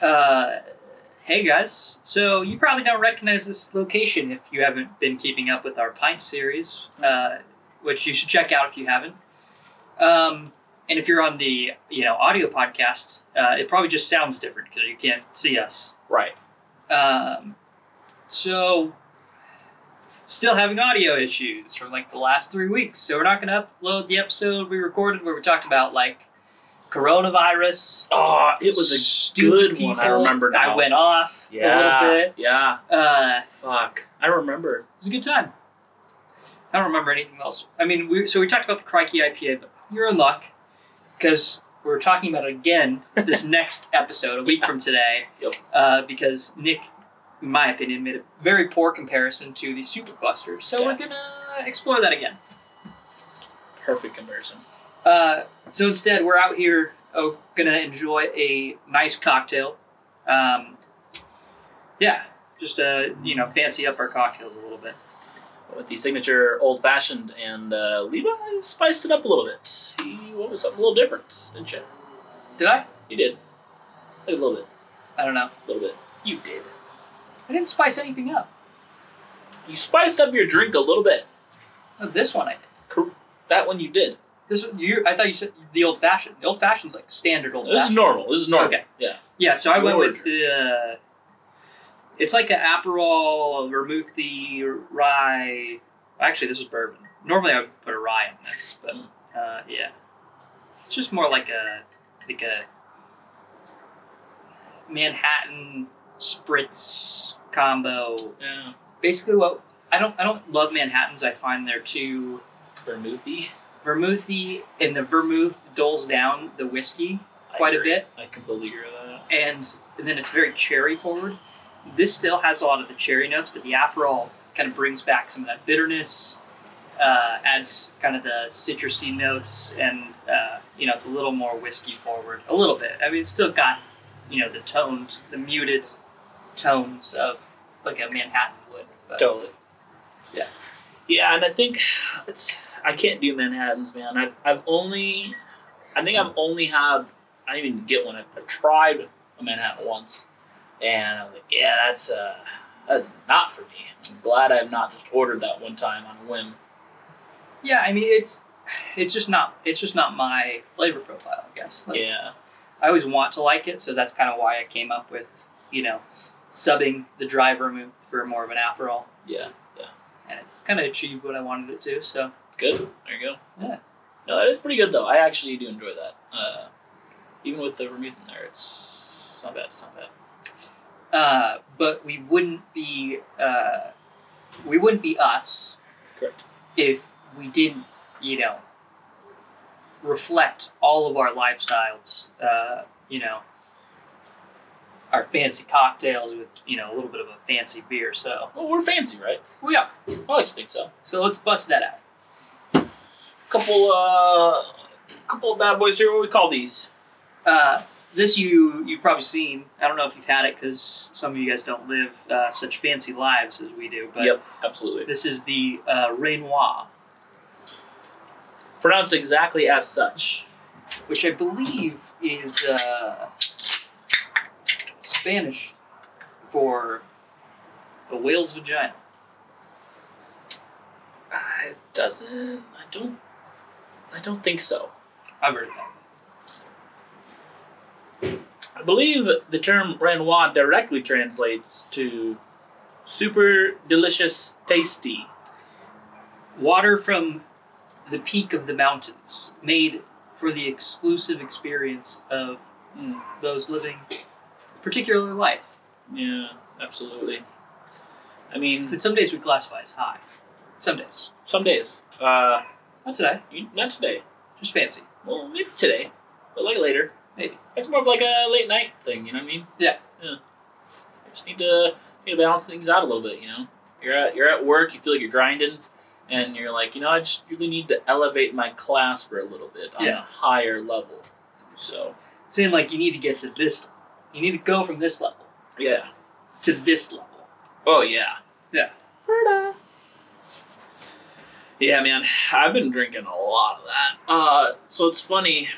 Uh, Hey guys, so you probably don't recognize this location if you haven't been keeping up with our pint series, uh, which you should check out if you haven't. Um, and if you're on the you know audio podcasts, uh, it probably just sounds different because you can't see us. Right. Um, so still having audio issues from like the last three weeks, so we're not going to upload the episode we recorded where we talked about like coronavirus Oh, it was a stupid good one. I people. remember now. I went off a yeah. little bit. Yeah. Uh, Fuck. I remember. it was a good time. I don't remember anything else. I mean, we, so we talked about the Crikey IPA, but you're in luck because we're talking about it again this next episode, a week from today. Yep. Uh, because Nick, in my opinion, made a very poor comparison to the supercluster. So we're Yes. going to explore that again. Perfect comparison. Uh, so instead, we're out here oh, gonna enjoy a nice cocktail. Um, yeah, just uh, you know, fancy up our cocktails a little bit. With the signature old fashioned and uh, Levi spiced it up a little bit. He went with something a little different, didn't you? Did I? You did. A little bit. I don't know. A little bit. You did. I didn't spice anything up. You spiced up your drink a little bit. Oh, this one I did. Cor- That one you did. This one- you. I thought you said the old fashioned. The old fashioned's like standard old This is fashioned. normal. This is normal. Okay. Yeah. Yeah, so I went Lower with the. Uh, it's like an Aperol, vermouthy, rye. Actually, this is bourbon. Normally, I would put a rye on this, but uh, yeah, it's just more like a like a Manhattan spritz combo. Yeah. Basically, what I don't I don't love Manhattans. I find they're too Vermouthy. vermouthy, and the vermouth dulls down the whiskey quite a bit I completely agree with that. and, and then it's very cherry forward. This still has a lot of the cherry notes, but the Aperol kind of brings back some of that bitterness, uh, adds kind of the citrusy notes, and uh, you know it's a little more whiskey forward, a little bit. I mean, it's still got you know the tones, the muted tones of like a Manhattan would. But Totally. Yeah. Yeah, and I think it's I can't do Manhattans, man. I've I've only I think I've only had I didn't even get one. I, I tried a Manhattan once, and I was like, yeah, that's uh that's not for me. I'm glad I've not just ordered that one time on a whim. yeah, I mean it's it's just not it's just not my flavor profile, I guess. Like, Yeah. I always want to like it, so that's kind of why I came up with, you know, subbing the dry vermouth for more of an Aperol, Yeah. and it kind of achieved what I wanted it to. So Good. There you go. Yeah. No, that is pretty good though. I actually do enjoy that. Uh, even with the vermouth in there, it's, it's not bad. It's not bad. uh, but we wouldn't be uh, we wouldn't be us Correct. if we didn't you know reflect all of our lifestyles uh, you know our fancy cocktails with you know a little bit of a fancy beer so Well, we're fancy, right? we are I like to think so. so let's bust that out couple uh couple of bad boys here what do we call these Uh, this you you've probably seen. I don't know if you've had it because some of you guys don't live uh, such fancy lives as we do. But yep absolutely this is the uh, Renoir, pronounced exactly as such which I believe is uh, Spanish for a whale's vagina. Uh, it doesn't i don't i don't think so I've heard of that. i believe the term renoir directly translates to super delicious tasty Water from the peak of the mountains, made for the exclusive experience of Mm, those living a particular life yeah absolutely i mean that some days we classify as high. Some days. some days uh Not today. you- not today Just fancy. well maybe today but like later Maybe. It's more of like a late night thing, you know what I mean? Yeah. Yeah. I just need to need to balance things out a little bit, you know. You're at you're at work, you feel like you're grinding, and you're like, you know, I just really need to elevate my class for a little bit on Yeah. a higher level. So Saying like you need to get to this, you need to go from this level yeah. to this level. Oh yeah. Yeah. Yeah, man. I've been drinking a lot of that. Uh so it's funny.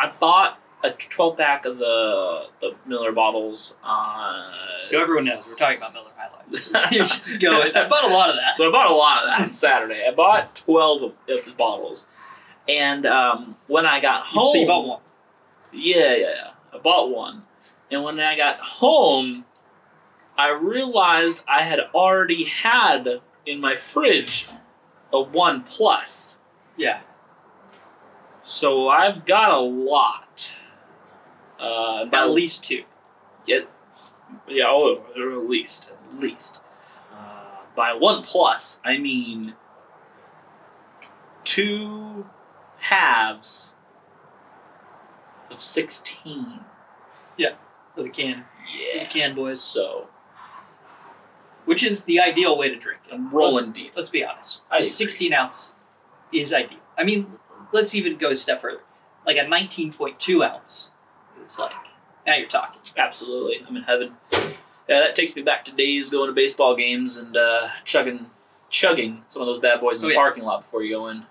I bought a 12 pack of the the Miller bottles uh, on. So everyone knows we're talking about Miller High Life. you just go. I bought a lot of that. So I bought a lot of that on Saturday. I bought 12 of, of the bottles. And um, when I got home. So you bought one. Yeah, yeah, yeah. I bought one. And when I got home, I realized I had already had in my fridge a One Plus. Yeah. So I've got a lot. Uh, by At least two. yeah, oh, or at least, at least. Uh, by one plus, I mean two halves of sixteen. For the can. for The Yeah. can boys. So Which is the ideal way to drink. it. I'm rolling Let's- deep. Let's be honest. I A agree. 16 ounce is ideal. I mean, let's even go a step further. Like a 19.2 ounce is like, now you're talking. Absolutely, I'm in heaven. Yeah, that takes me back to days going to baseball games and uh, chugging, chugging some of those bad boys in Oh, the yeah. parking lot before you go in.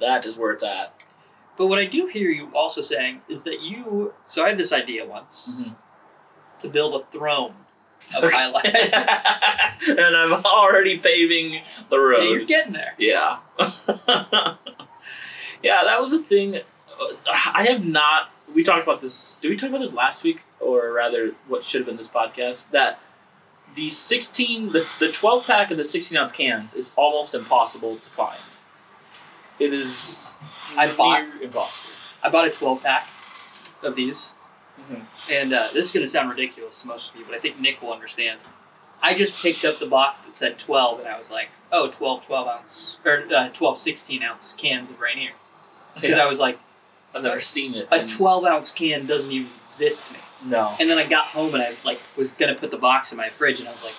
That is where it's at. But what I do hear you also saying is that you, so I had this idea once Mhm. to build a throne of Okay. high lives. and I'm already paving the road. you're getting there. Yeah. yeah, that was a thing. Uh, I have not. We talked about this. Did we talk about this last week, or rather, what should have been this podcast? That the sixteen, the, the twelve pack of the sixteen ounce cans is almost impossible to find. It is. I bought- near impossible. I bought a 12 pack of these. Mm-hmm. And uh, this is going to sound ridiculous to most of you, but I think Nick will understand. I just picked up the box that said 12, and I was like, oh, 12, 12 ounce, or uh, 12, 16 ounce cans of Rainier. Because I was like, I've never seen it. a in- 12 ounce can doesn't even exist to me. No. And then I got home and I like was going to put the box in my fridge, and I was like,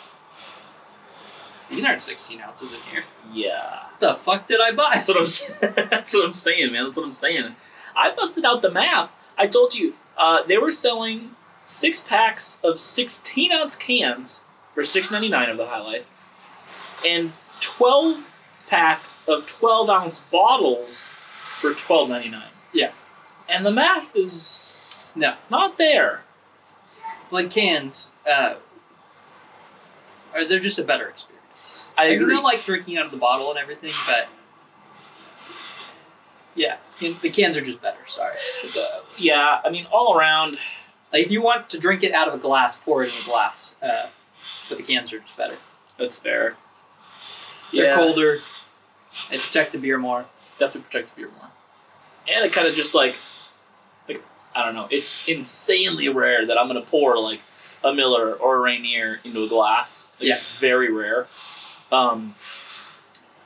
these aren't 16 ounces in here. Yeah. What the fuck did I buy? That's what I'm. s- that's what I'm saying, man. That's what I'm saying. I busted out the math. I told you uh, they were selling six packs of 16 ounce cans for 6.99 of the High Life, and 12 pack of 12 ounce bottles for 12.99. Yeah. And the math is No. it's not there. Like cans, uh, are they're just a better experience. I Like, agree. I like drinking out of the bottle and everything, but yeah, can- the cans are just better. Sorry. Uh, yeah, I mean all around. Like if you want to drink it out of a glass, pour it in a glass. Uh, but the cans are just better. That's fair. They're yeah. colder. They protect the beer more. definitely protect the beer more. And it kind of just like, like I don't know, it's insanely rare that I'm gonna pour like a Miller or a Rainier into a glass. Like, Yeah. It's very rare. Um,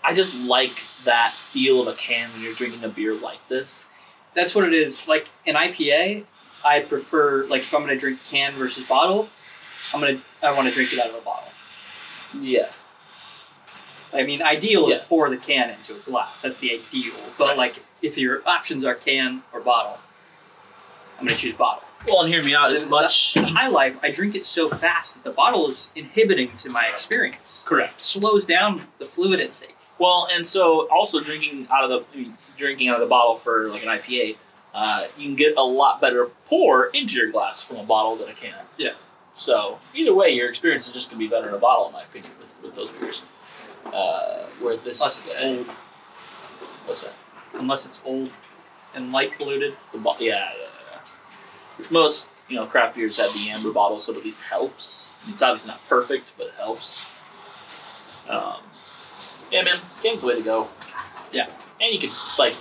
I just like that feel of a can when you're drinking a beer like this. That's what it is. Like an IPA, I prefer. Like if I'm gonna drink can versus bottle, I'm gonna I want to drink it out of a bottle. Yeah. I mean, ideal Yeah. is pour the can into a glass. That's the ideal. But Right. like if your options are can or bottle, I'm gonna choose bottle. Well, and hear me out. As That- much the High Life, I drink it so fast that the bottle is inhibiting to my experience. correct. It slows down the fluid intake. Well, and so also drinking out of the I mean, drinking out of the bottle for like an IPA, uh, you can get a lot better pour into your glass from a bottle than a can. Yeah. So either way, your experience is just gonna be better in a bottle, in my opinion, with, with those beers. Uh, where this Unless it's uh, old, what's that? unless it's old and light polluted. The bo- yeah, yeah, yeah. Which most you know craft beers have the amber bottle, so it at least helps. It's obviously not perfect, but it helps. Um, yeah, man, cans the way to go. Yeah. and you can like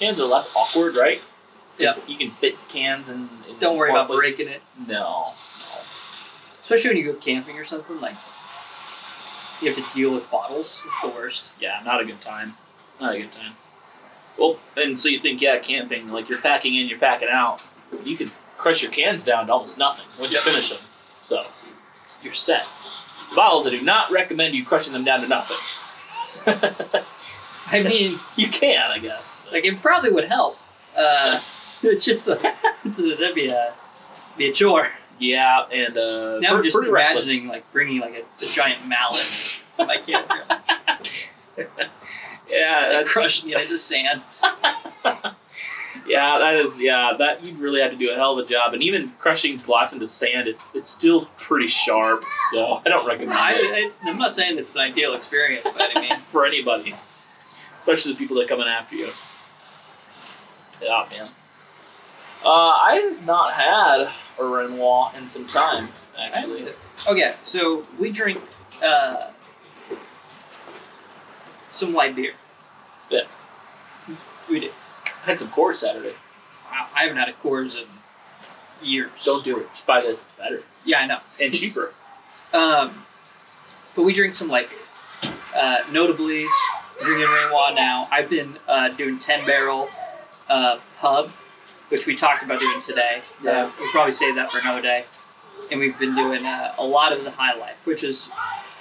cans are less awkward, right? Yeah. you can fit cans and Don't worry about breaking it, No, especially when you go camping or something. Like you have to deal with bottles. It's the worst. yeah, not a good time. Not a good time. Well, and so you think, yeah, camping, like you're packing in, you're packing out. You could crush your cans down to almost nothing once Yep. you finish them. So you're set. Bottles, I do not recommend you crushing them down to nothing. I mean, you can, I guess. but- like it probably would help. Uh, it's just a, it's a, that'd be a be a chore. yeah, and uh, Now I'm pretty- just pretty imagining reckless. like bringing like a, a giant mallet to my campground, yeah, and that's, crushing it into sand. yeah, Yeah, that is yeah. That you'd really have to do a hell of a job, and even crushing glass into sand, it's it's still pretty sharp. So I don't recommend it I, I, I'm not saying it's an ideal experience by any means. for anybody, especially the people that come in after you. Yeah, man. Uh, I've not had a Renoir in some time, actually. Okay, so we drink uh, some light beer. Yeah. We do. I had some core Saturday. Wow, I haven't had a Coors in years. Don't do it. Just buy this. It's better Yeah, I know. and cheaper. Um, but we drink some light beer. Uh, notably, drinking Rainwa now. I've been uh, doing 10 barrel uh, pub, which we talked about doing today. Yeah. Uh, we'll probably save that for another day. And we've been doing uh, a lot of the high life, which is,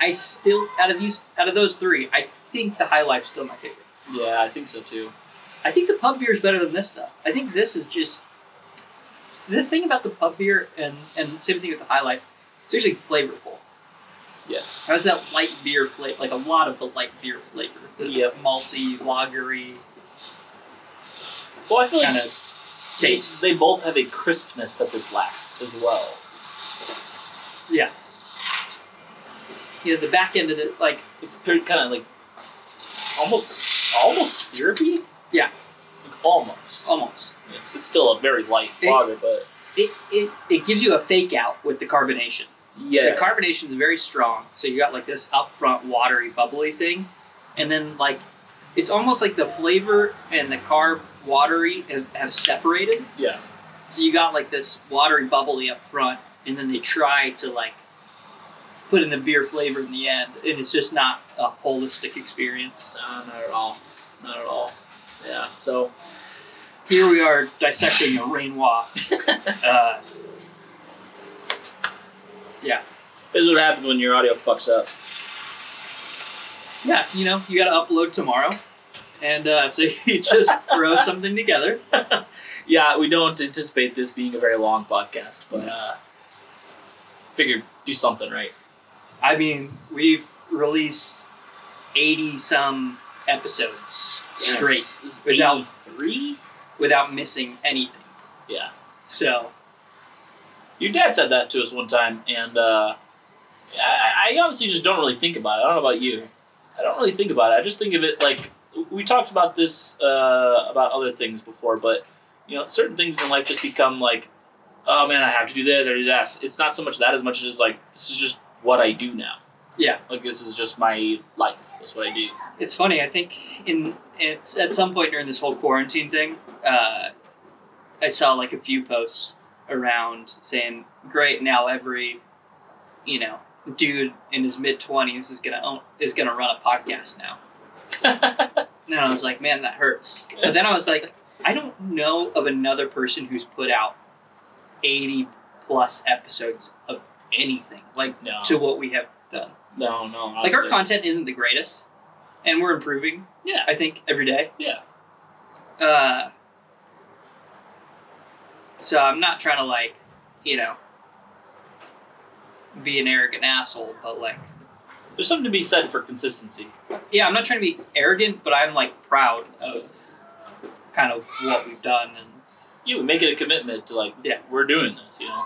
I still out of these out of those three, I think the high life's still my favorite. Yeah, I think so too. I think the pub beer is better than this though. I think this is just the thing about the pub beer and and same thing with the high life. It's actually flavorful. Yeah. How's that light beer flavor? Like a lot of the light beer flavor. The Yep. Malty, lagery Well, I feel like kind of taste. They, they both have a crispness that this lacks as well. You know, the back end of the like. It's pretty kind of like almost almost syrupy. Yeah. Like, almost. Almost. It's, it's still a very light It- lager, but It, it it gives you a fake out with the carbonation. yeah, The carbonation is very strong, so you got like this up front watery bubbly thing, and then like it's almost like the flavor and the carb watery have, have separated. yeah, So you got like this watery bubbly up front, and then they try to like put in the beer flavor in the end, and it's just not a holistic experience. no, not at all, not at all. Yeah, so Here we are dissecting a Rainois. Uh, this is what happens when your audio fucks up. yeah, you know, you got to upload tomorrow, and uh, so you just throw something together. Yeah, we don't anticipate this being a very long podcast, but uh, figured do something right. I mean, we've released 80 some episodes straight without- three. without missing anything. Yeah. So, Your dad said that to us one time, and uh, I, I honestly just don't really think about it. I don't know about you. I don't really think about it. I just think of it like we talked about this uh, about other things before, but you know, certain things in life just become like, oh man, I have to do this or do that. It's not so much that as much as like this is just what I do now. Yeah. like this is just my life. That's what I do. it's funny. I think in it's at some point during this whole quarantine thing, uh, I saw like a few posts around saying, "Great, now every, you know, dude in his mid twenties is gonna own, is gonna run a podcast now." And I was like, "Man, that hurts." But then I was like, "I don't know of another person who's put out eighty plus episodes of anything like no, to what we have done." no, no. like our honestly. content isn't the greatest and we're improving yeah, i think every day yeah. uh, so i'm not trying to like you know be an arrogant asshole but like There's something to be said for consistency. yeah i'm not trying to be arrogant but i'm like proud of kind of what we've done and you would make it a commitment to like Yeah. we're doing this you know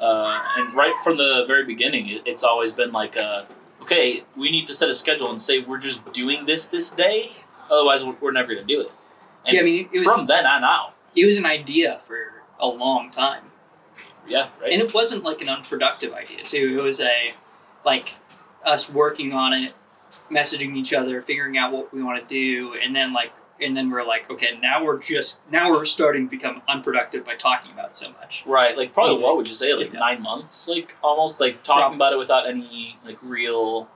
uh, and right from the very beginning it, it's always been like uh, okay we need to set a schedule and say we're just doing this this day otherwise we're, we're never going to do it and yeah i mean it was from then on out it was an idea for a long time yeah right And it wasn't like an unproductive idea too. It was a like us working on it, messaging each other, figuring out what we want to do, and then like and then we're like, okay, now we're just now we're starting to become unproductive by talking about it so much. right like probably Yeah. what would you say like Yeah. nine months like almost like talking Probably. about it without any like real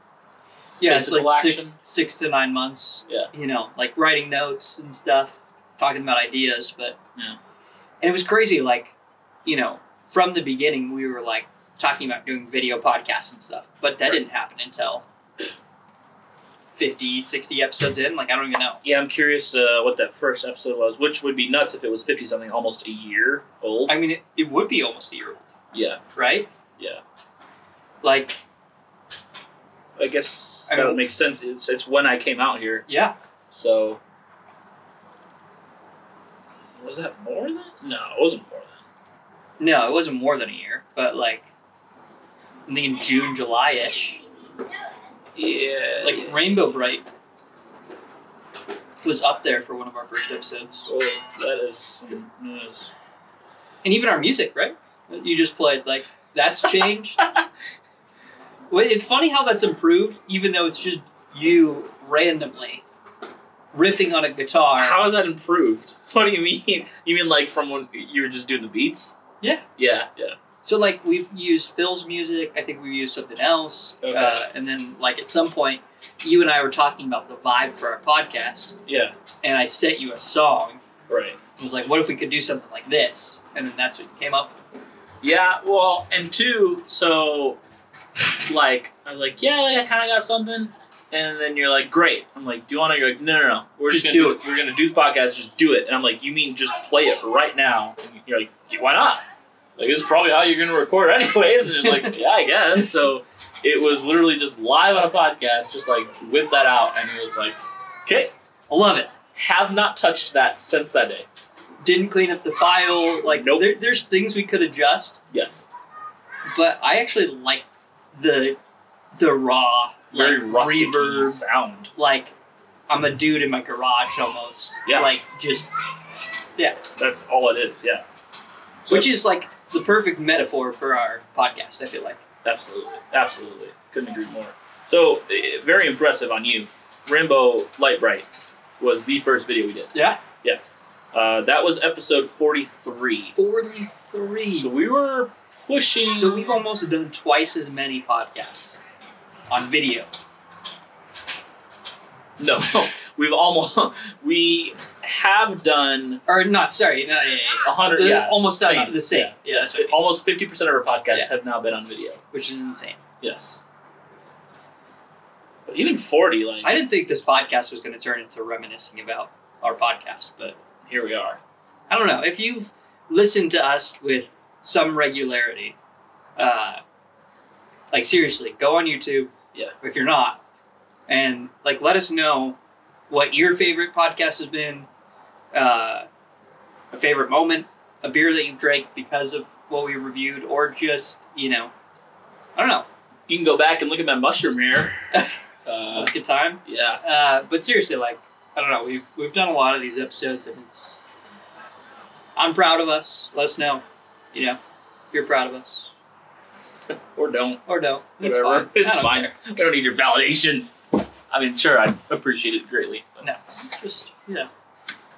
Yeah, it's physical like action six six to nine months. Yeah. You know, like writing notes and stuff, talking about ideas, but Yeah. And it was crazy, like, you know, from the beginning we were like talking about doing video podcasts and stuff. But that Right. didn't happen until 50, 60 episodes in. Like I don't even know. yeah i'm curious uh, what that first episode was which would be nuts if it was 50 something almost a year old I mean it, it would be almost a year old, yeah right? yeah Like, I guess I that mean- would make sense. It's, it's when I came out here, yeah. so was that more than? No, it wasn't more than. No, it wasn't more than a year, but like I'm thinking June, July ish. Yeah. Like Rainbow Bright was up there for one of our first episodes, Oh, that is some news. and even our music, right? That You just played like that's changed. Well, it's funny how that's improved, even though it's just you randomly riffing on a guitar. How is that improved? What do you mean? You mean like from when you were just doing the beats? Yeah. Yeah, yeah. So like we've used Phil's music. I think we used something else. Okay. Uh, and then like at some point, you and I were talking about the vibe for our podcast, Yeah. and I sent you a song. Right. It was like, what if we could do something like this? And then that's what you came up. with. Yeah, well, and two, so like I was like, yeah, I kind of got something, and then you're like, great. I'm like, do you want to? You're like, no, no, no. We're just, Just gonna do We're gonna do the podcast. Just do it. And I'm like, you mean just play it right now? And you're like, why not? Like it's probably how you're gonna record anyways. And it's like, yeah, I guess. So it was literally just live on a podcast. Just like whip that out, and it was like, okay, I love it. have not touched that since that day. Didn't clean up the file. Like Nope. there, there's things we could adjust, Yes, but I actually like the the raw very like, rusty reverb sound. Like I'm a dude in my garage almost. Yeah. Like just That's all it is. Yeah. So which is like the perfect metaphor for our podcast. I feel like. Absolutely, absolutely. Couldn't agree more. So eh, very impressive on you. Rainbow Light Bright was the first video we did. Yeah. yeah. Uh, that was episode forty-three. 43. So So, we were pushing. we've almost done twice as many podcasts on video. no, we've almost we have done Or not, sorry, no, yeah, yeah, a yeah. hundred. The- Yeah, almost same. done the same. Yeah. Yeah, that's right. Almost fifty percent of our podcasts Yeah. have now been on video. Which is insane. Yes. But even forty, like I didn't think this podcast was going to turn into reminiscing about our podcast, but here we are. I don't know. If you've listened to us with some regularity, uh, like seriously, go on YouTube. Yeah. If you're not, and like let us know what your favorite podcast has been, uh, a favorite moment, a beer that you've drank because of what we reviewed, or just you know, I don't know, You can go back and look at my mushroom hair. Uh, it's a good time. yeah. Uh, but seriously, like I don't know, we've we've done a lot of these episodes, and it's I'm proud of us. Let us know, you know, if you're proud of us or don't. or don't. It's Whatever. fine. It's I don't fine. care. I don't need your validation. I mean, sure, I appreciate it greatly. but- No, it's just you know,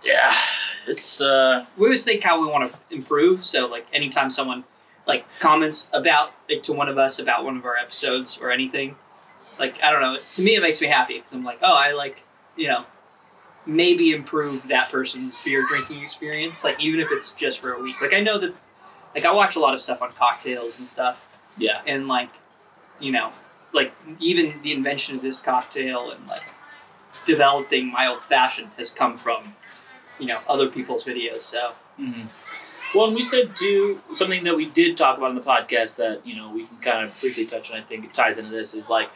Yeah, it's uh, we always think how we want to improve. So like anytime someone like comments about like to one of us about one of our episodes or anything, like I don't know. To me, it makes me happy because I'm like, oh, I like you know. Maybe improve that person's beer drinking experience, like even if it's just for a week. Like I know that, like I watch a lot of stuff on cocktails and stuff, yeah, and like you know like even the invention of this cocktail and like developing my old fashioned has come from you know other people's videos so hmm Well, and we said do something that we did talk about in the podcast that you know we can kind of briefly touch on. I think it ties into this is like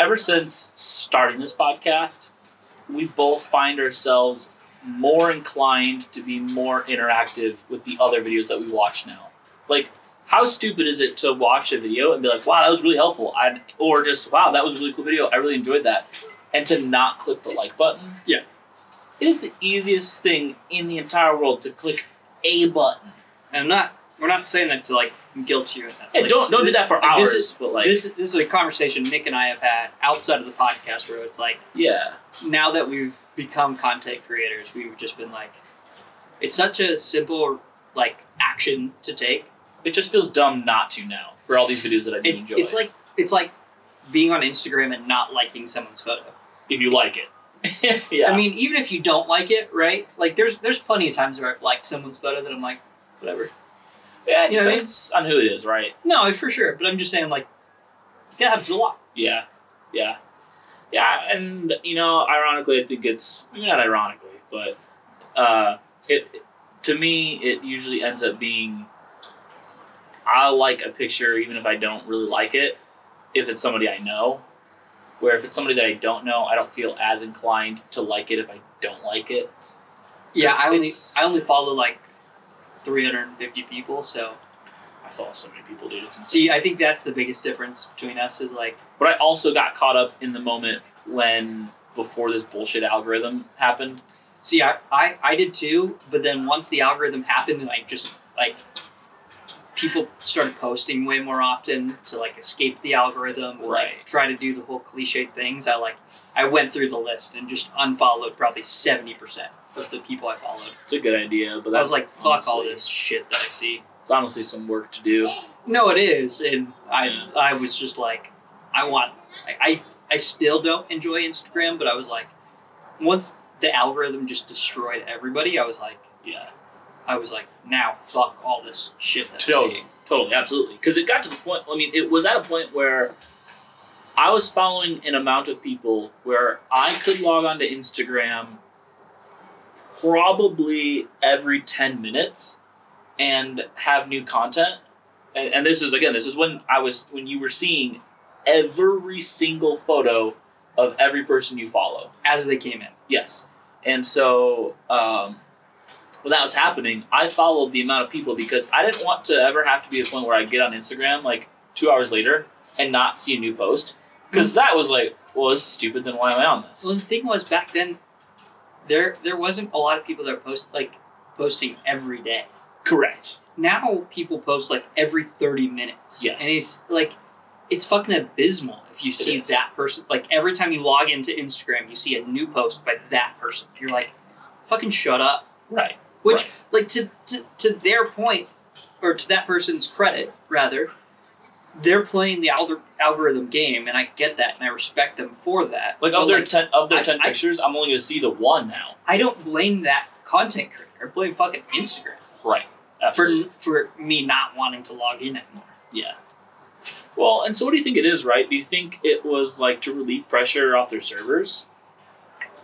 ever since starting this podcast, we both find ourselves more inclined to be more interactive with the other videos that we watch now. Like, how stupid is it to watch a video and be like, "Wow, that was really helpful," I, or just "Wow, that was a really cool video. I really enjoyed that," and to not click the like button. Yeah. It is the easiest thing in the entire world to click a button. and i'm not we're not saying that to like guilt you in this Hey, Like, don't don't do that for like, hours. this is- but like, this, this is a conversation nick and i have had outside of the podcast where it's like yeah, now that we've become content creators we've just been like it's such a simple like action to take it just feels dumb not to now for all these videos that I do It- enjoy. it's like it's like being on instagram and not liking someone's photo if you like it, yeah, I mean, even if you don't like it, right? Like, there's there's plenty of times where I've liked someone's photo that I'm like, whatever. yeah, it you know what I mean? depends on who it is, right? No, for sure. But I'm just saying, like, that happens a lot. Yeah, yeah, yeah. And you know, ironically, I think it's maybe not ironically, but uh, it to me, it usually ends up being I like a picture even if I don't really like it, if it's somebody I know. Where if it's somebody that I don't know, I don't feel as inclined to like it if I don't like it. Yeah, I only It's- I only follow like 350 people, so I follow so many people, dude. It's see, I think that's the biggest difference between us is like But I also got caught up in the moment when before this bullshit algorithm happened. See, I, I, I did too, but then once the algorithm happened, like just like people started posting way more often to like escape the algorithm, or, Right. like try to do the whole cliche things. I like I went through the list and just unfollowed probably seventy percent of the people I followed. It's a good idea, but I that's was like, fuck all honestly- this shit that I see. it's honestly some work to do. No, it is, and I Yeah. I was just like, I want I, I I still don't enjoy Instagram, but I was like, once the algorithm just destroyed everybody, I was like. Yeah, I was like, now fuck all this shit that I'm Totally. seeing. totally, absolutely. Because it got to the point. I mean, it was at a point where I was following an amount of people where I could log on to Instagram probably every ten minutes and have new content. And, and this is again, this is when I was when you were seeing every single photo of every person you follow. as they came in. Yes. And so um, when that was happening, I followed the amount of people because I didn't want to ever have to be at the point where I get on Instagram like two hours later and not see a new post. Because Mm. that was like, well, this is stupid. Then why am I on this? Well, the thing was back then, there there wasn't a lot of people that post like posting every day. Correct. Now people post like every thirty minutes. Yes. and it's like it's fucking abysmal if you see is. that person. Like every time you log into Instagram, you see a new post by that person. You're like, fucking shut up. Right. Which, Right. like, to, to to their point, or to that person's credit, rather, they're playing the algor- algorithm game, and I get that, and I respect them for that. Like But, of their ten of their I- ten I- pictures, I'm only going to see the one now. I don't blame that content creator. I blame fucking Instagram Right. for Absolutely. for me not wanting to log in anymore. yeah. Well, and so what do you think it is? Right? Do you think it was like to relieve pressure off their servers?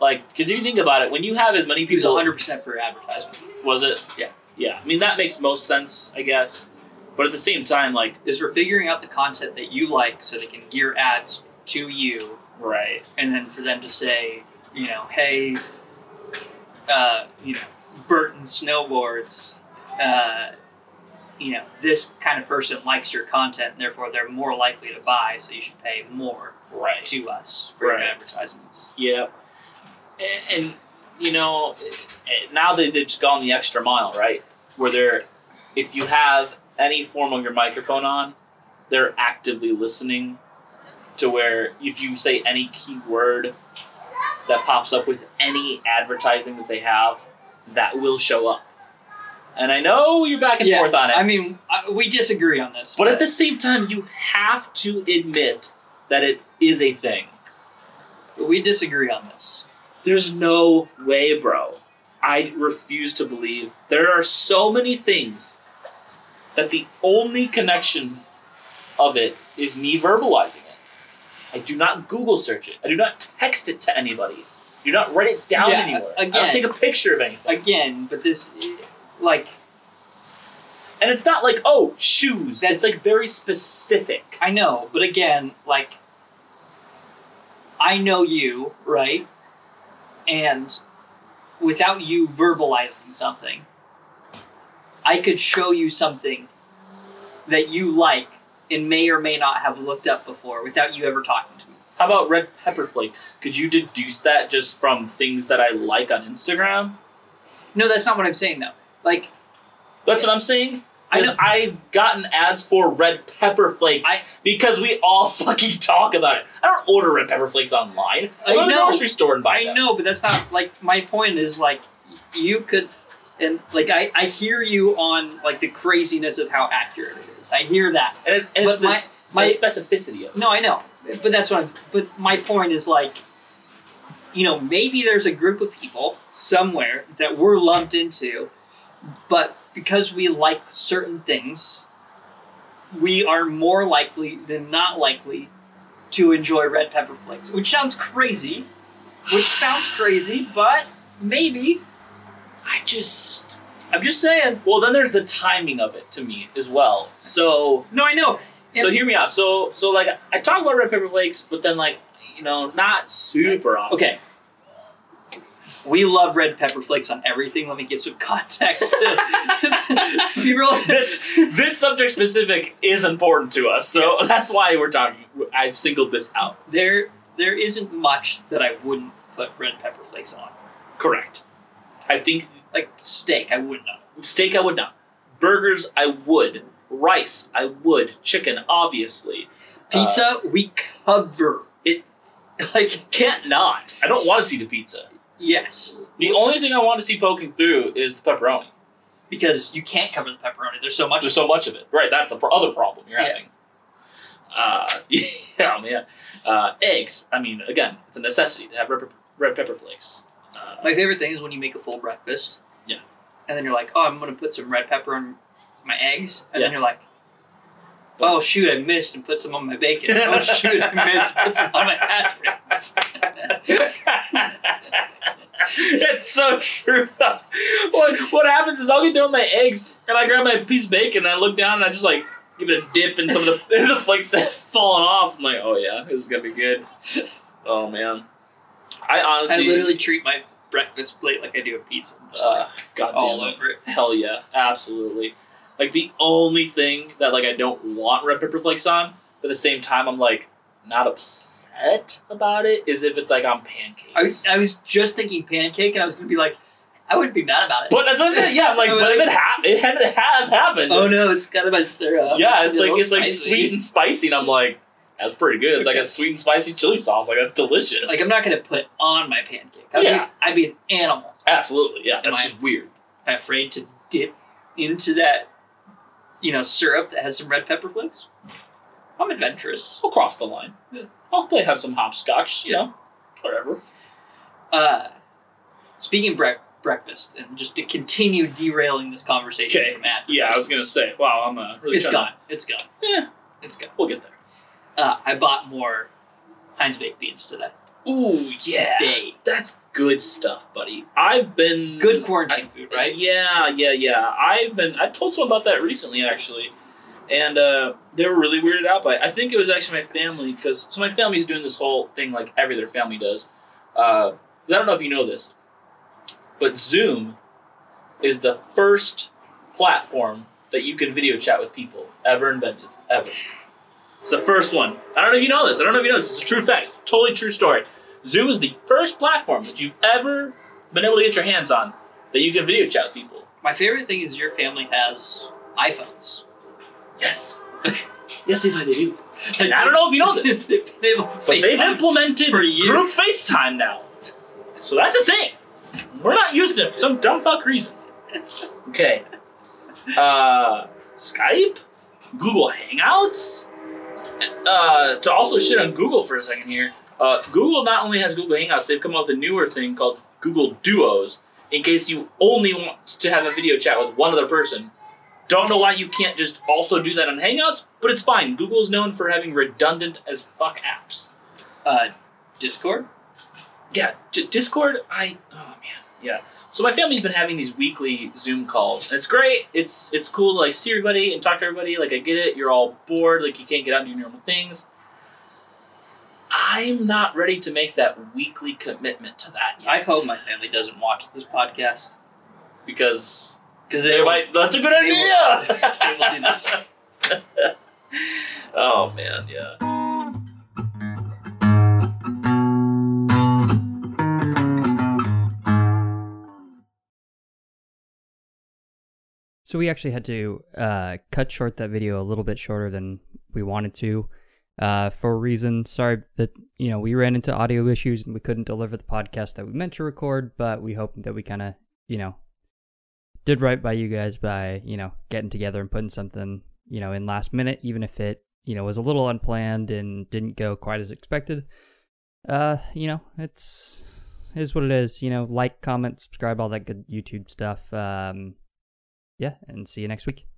Like, because if you think about it, when you have as many He was people 100 percent for advertisement. Was it? Yeah. Yeah. I mean, that makes most sense, I guess. But at the same time, like, Is for figuring out the content that you like, so they can gear ads to you, right. and then for them to say, you know, hey, uh, you know, Burton snowboards, uh, you know, this kind of person likes your content, and therefore they're more likely to buy, so you should pay more Right. to us for Right. your advertisements. Yeah. And, and you know, eh, now they, they've just gone the extra mile, right? Where they're, if you have any form of your microphone on, they're actively listening to where if you say any keyword that pops up with any advertising that they have, that will show up. And I know you're back and Yeah, forth on it. I mean, I, we disagree on this, But at the same time, you have to admit that it is a thing. we disagree on this. There's no way, bro. I refuse to believe. There are so many things that the only connection of it is me verbalizing it. I do not Google search it. I do not text it to anybody. I do not write it down Yeah, anywhere. I don't again. take a picture of anything. Again, but this, like, And it's not like, oh, shoes. That's like very specific. I know, but again, like, I know you, right? And without you verbalizing something, I could show you something that you like and may or may not have looked up before without you ever talking to me. How about red pepper flakes? Could you deduce that just from things that I like on Instagram? No, that's not what I'm saying, though. Like, That's what I'm saying. I Is know- I've gotten ads for red pepper flakes I- because we all fucking talk about it. I don't order red pepper flakes online. I, I go to the know. grocery store and buy I them. know, but that's not like my point is like you could and like I, I hear you on like the craziness of how accurate it is. I hear that. And it's, and it's But my- this, my- it's the specificity of it. No, I know, but that's what. I'm, but my point is like, you know, maybe there's a group of people somewhere that we're lumped into, but because we like certain things, we are more likely than not likely to enjoy red pepper flakes, which sounds crazy, which sounds crazy, but maybe I just. I'm just saying. Well, then there's the timing of it to me as well. So. No, I know. So hear me out. So so like I talk about red pepper flakes, but then like you know not super often. Okay. We love red pepper flakes on everything. Let me give some context to people. This- this subject specific is important to us, so that's why we're talking. I've singled this out. There, there isn't much that I wouldn't put red pepper flakes on. Correct. I think Like steak, I would not. steak, I would not. Burgers, I would. Rice, I would. Chicken, obviously. Pizza, we cover It- Like Can't not. I don't want to see the pizza. yes, The only thing I want to see poking through is the pepperoni. because you can't cover the pepperoni. There's so much. There's so much of it. Right, that's the pro- other problem you're Yeah. having. Uh, yeah, man. Uh, eggs. I mean, again, it's a necessity to have red, pep- red pepper flakes. Uh, My favorite thing is when you make a full breakfast. Yeah. And then you're like, oh, I'm gonna put some red pepper on my eggs, and then Yeah. you're like, oh shoot, I missed and put some on my bacon. oh shoot, I missed and put some on my hash browns. That's so true. what what happens is I'll get done with my eggs and I grab my piece of bacon and I look down and I just like give it a dip and some of the the flakes that's falling off. I'm like, oh yeah, this is gonna be good. Oh man, I honestly, I literally treat my breakfast plate like I do a pizza. I'm just like uh, God all damn it. over it. Hell yeah, absolutely. Like the only thing that like I don't want red pepper flakes on, but at the same time I'm like not upset about it is if it's like on I pancakes. was, I was just thinking pancake, and I was gonna be like, I wouldn't be mad about it. but that's what I said. Yeah, I'm like, I was but if it hap- it had- it has happened. oh no, it's got about syrup. yeah, gonna it's be a like little it's like spicy. sweet and spicy, and I'm like, that's pretty good. It's like a sweet and spicy chili sauce. Like that's delicious. Like I'm not gonna put it on my pancake. I'd, Yeah. be, I'd be an animal. absolutely, yeah. Am That's I- just weird. I'm afraid to dip into that, you know, syrup that has some red pepper flakes. I'm adventurous. I'll cross the line. I'll play have some hopscotch. You know, whatever. Uh, speaking bre- breakfast, and just to continue derailing this conversation Okay. from Matt. Yeah, I was gonna say. Wow, I'm uh, really. Eh. It's trying gone. It's gone. to- Yeah, It's gone. we'll get there. Uh, I bought more Heinz baked beans today. Ooh, yeah. Today. That's good stuff, buddy. I've been Good quarantine food, I- right? Yeah, yeah, yeah. I've been I told someone about that recently actually. And uh, they were really weirded out by it. I think it was actually my family because so my family's doing this whole thing like every other family does. Uh, 'cause I don't know if you know this, but Zoom is the first platform that you can video chat with people ever invented ever. It's the first one. I don't know if you know this. I don't know if you know this. It's a true fact. Totally true story. Zoom is the first platform that you've ever been able to get your hands on that you can video chat with people. My favorite thing is your family has iPhones. Yes. yes, they finally do. And I don't know if you know this, They've been able to but they've FaceTime. implemented for years. group FaceTime now. So that's a thing. We're not using it for some dumb fuck reason. Okay. Uh, Skype, Google Hangouts. Uh, to also shit on Google for a second here. Uh, Google not only has Google Hangouts, they've come up with a newer thing called Google Duos. In case you only want to have a video chat with one other person, don't know why you can't just also do that on Hangouts, but it's fine. Google's known for having redundant as fuck apps. uh, Discord. Yeah, D- Discord. I oh man, yeah. So my family's been having these weekly Zoom calls. It's great. It's it's cool. to, Like see everybody and talk to everybody. Like I get it. You're all bored. Like you can't get out and do normal things. I'm not ready to make that weekly commitment to that. Yet I hope my family doesn't watch this podcast. because Because they might. That's a good they will- idea. they will do this. oh man, yeah. So we actually had to uh, cut short that video a little bit shorter than we wanted to uh, for a reason. Sorry that you know we ran into audio issues and we couldn't deliver the podcast that we meant to record, but we hope that we kind of you know did right by you guys by you know getting together and putting something you know in last minute, even if it you know was a little unplanned and didn't go quite as expected. Uh, you know it's is what it is. You know, like, comment, subscribe, all that good YouTube stuff. Um, yeah, and see you next week.